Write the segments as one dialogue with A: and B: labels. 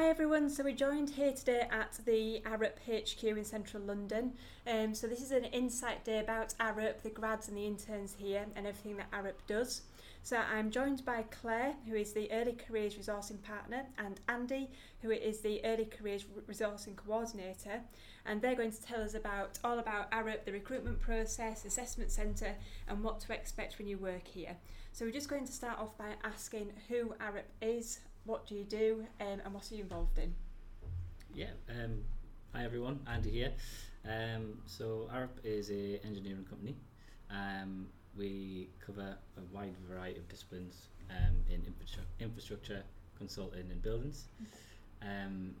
A: everyone. So we're joined here today at the ARUP HQ in central London. Um, so this is an insight day about ARUP, the grads and the interns here, and everything that ARUP does. So I'm joined by Claire, who is the Early Careers Resourcing Partner, and Andy, who is the Early Careers Resourcing Coordinator. And they're going to tell us about all about ARUP, the recruitment process, assessment centre, and what to expect when you work here. So we're just going to start off by asking who ARUP is, what do you do, um, and what are you involved in?
B: Yeah, um, hi everyone, Andy here. Um, so ARP is a engineering company. Um, we cover a wide variety of disciplines um, in infrastructure, infrastructure, consulting, and buildings. Um,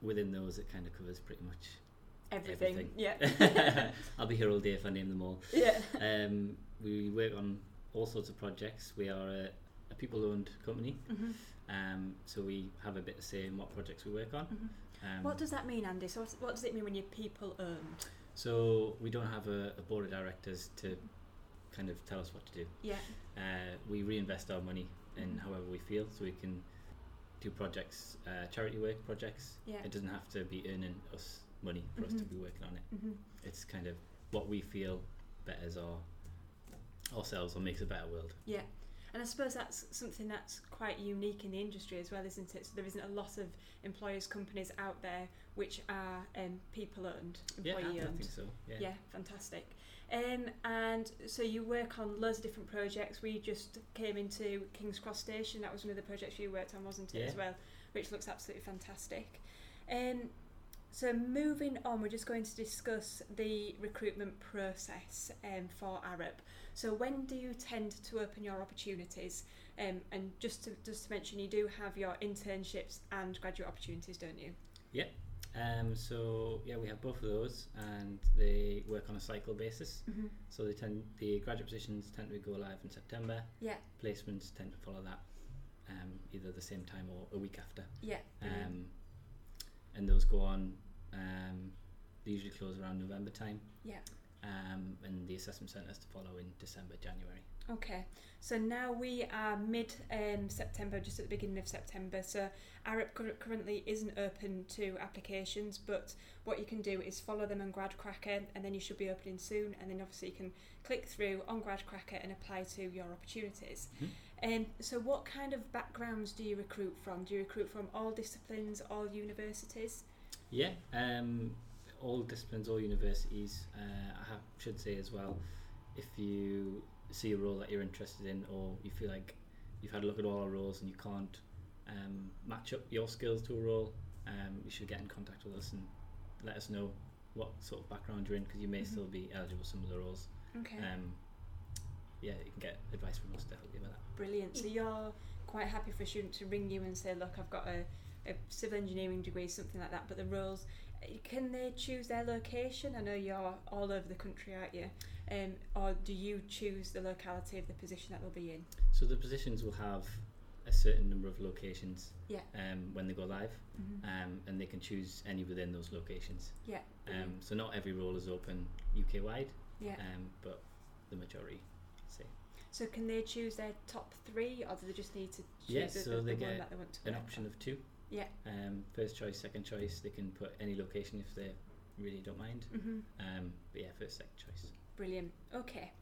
B: within those, it kind of covers pretty much
A: Everything. Yeah.
B: everything. I'll be here all day if I name them all.
A: yeah.
B: Um, we work on all sorts of projects. We are a, a people-owned company,
A: hmm
B: um, so we have a bit of say in what projects we work on.
A: hmm
B: Um,
A: What does that mean, Andy? So what, what does it mean when you're people owned?
B: So we don't have a, a board of directors to kind of tell us what to do.
A: Yeah.
B: Uh, we reinvest our money in
A: Mhm.
B: however we feel, so we can do projects, uh, charity work projects.
A: Yeah.
B: It doesn't have to be earning us money for us to
A: Mhm.
B: be working on it.
A: hmm
B: It's kind of what we feel betters our ourselves or makes a better world.
A: And I suppose that's something that's quite unique in the industry as well, isn't it? So there isn't a lot of employers' companies out there which are um, people owned,
B: Yeah,
A: employee
B: I, I
A: owned.
B: think so. Yeah.
A: Yeah, fantastic. Um, and so you work on loads of different projects. We just came into King's Cross Station. That was one of the projects you worked on, wasn't it, as
B: Yeah.
A: well? Which looks absolutely fantastic. Um, so moving on, we're just going to discuss the recruitment process um, for Arab. So when do you tend to open your opportunities? Um, and just to, just to mention, you do have your internships and graduate opportunities, don't you?
B: Um, so yeah, we have both of those, and they work on a cycle basis.
A: Mm-hmm.
B: So they tend the graduate positions tend to go live in September.
A: Yeah.
B: Placements tend to follow that, um, either the same time or a week after.
A: Yeah. brilliant.
B: Um, and those go on. Um, they usually close around November time.
A: Yeah.
B: Um, and the assessment centres to follow in December, January.
A: Okay, so now we are mid um, September, just at the beginning of September. So ARIP cur- currently isn't open to applications, but what you can do is follow them on GradCracker, and then you should be opening soon. And then obviously you can click through on GradCracker and apply to your opportunities.
B: Mhm.
A: Um, so, what kind of backgrounds do you recruit from? Do you recruit from all disciplines, all universities?
B: Yeah. Um, all disciplines, all universities. Uh, I have, should say as well, if you see a role that you're interested in, or you feel like you've had a look at all our roles and you can't um, match up your skills to a role, um, you should get in contact with us and let us know what sort of background you're in because you may
A: Mhm.
B: still be eligible for some of the roles.
A: Okay,
B: Um, yeah, you can get advice from us to help you with that.
A: brilliant. So you're quite happy for a student to ring you and say, look, I've got a, a civil engineering degree, something like that, but the roles, can they choose their location? I know you're all over the country, aren't you? Um, or do you choose the locality of the position that they'll be in?
B: So the positions will have a certain number of locations
A: Yeah.
B: um, when they go live.
A: Mm-hmm.
B: um, and they can choose any within those locations.
A: Yeah.
B: Um, so not every role is open UK wide,
A: yeah.
B: um, but the majority. Say
A: So can they choose their top three, or do they just need to choose
B: Yeah,
A: the,
B: so
A: the,
B: they
A: the one
B: get
A: that they want to
B: an
A: work
B: option
A: on?
B: of two.
A: Yeah.
B: Um, first choice, second choice. They can put any location if they really don't mind.
A: Mhm.
B: Um, but yeah, first second choice.
A: Brilliant. Okay.